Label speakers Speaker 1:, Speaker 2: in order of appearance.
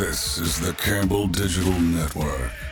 Speaker 1: is the Campbell Digital Network.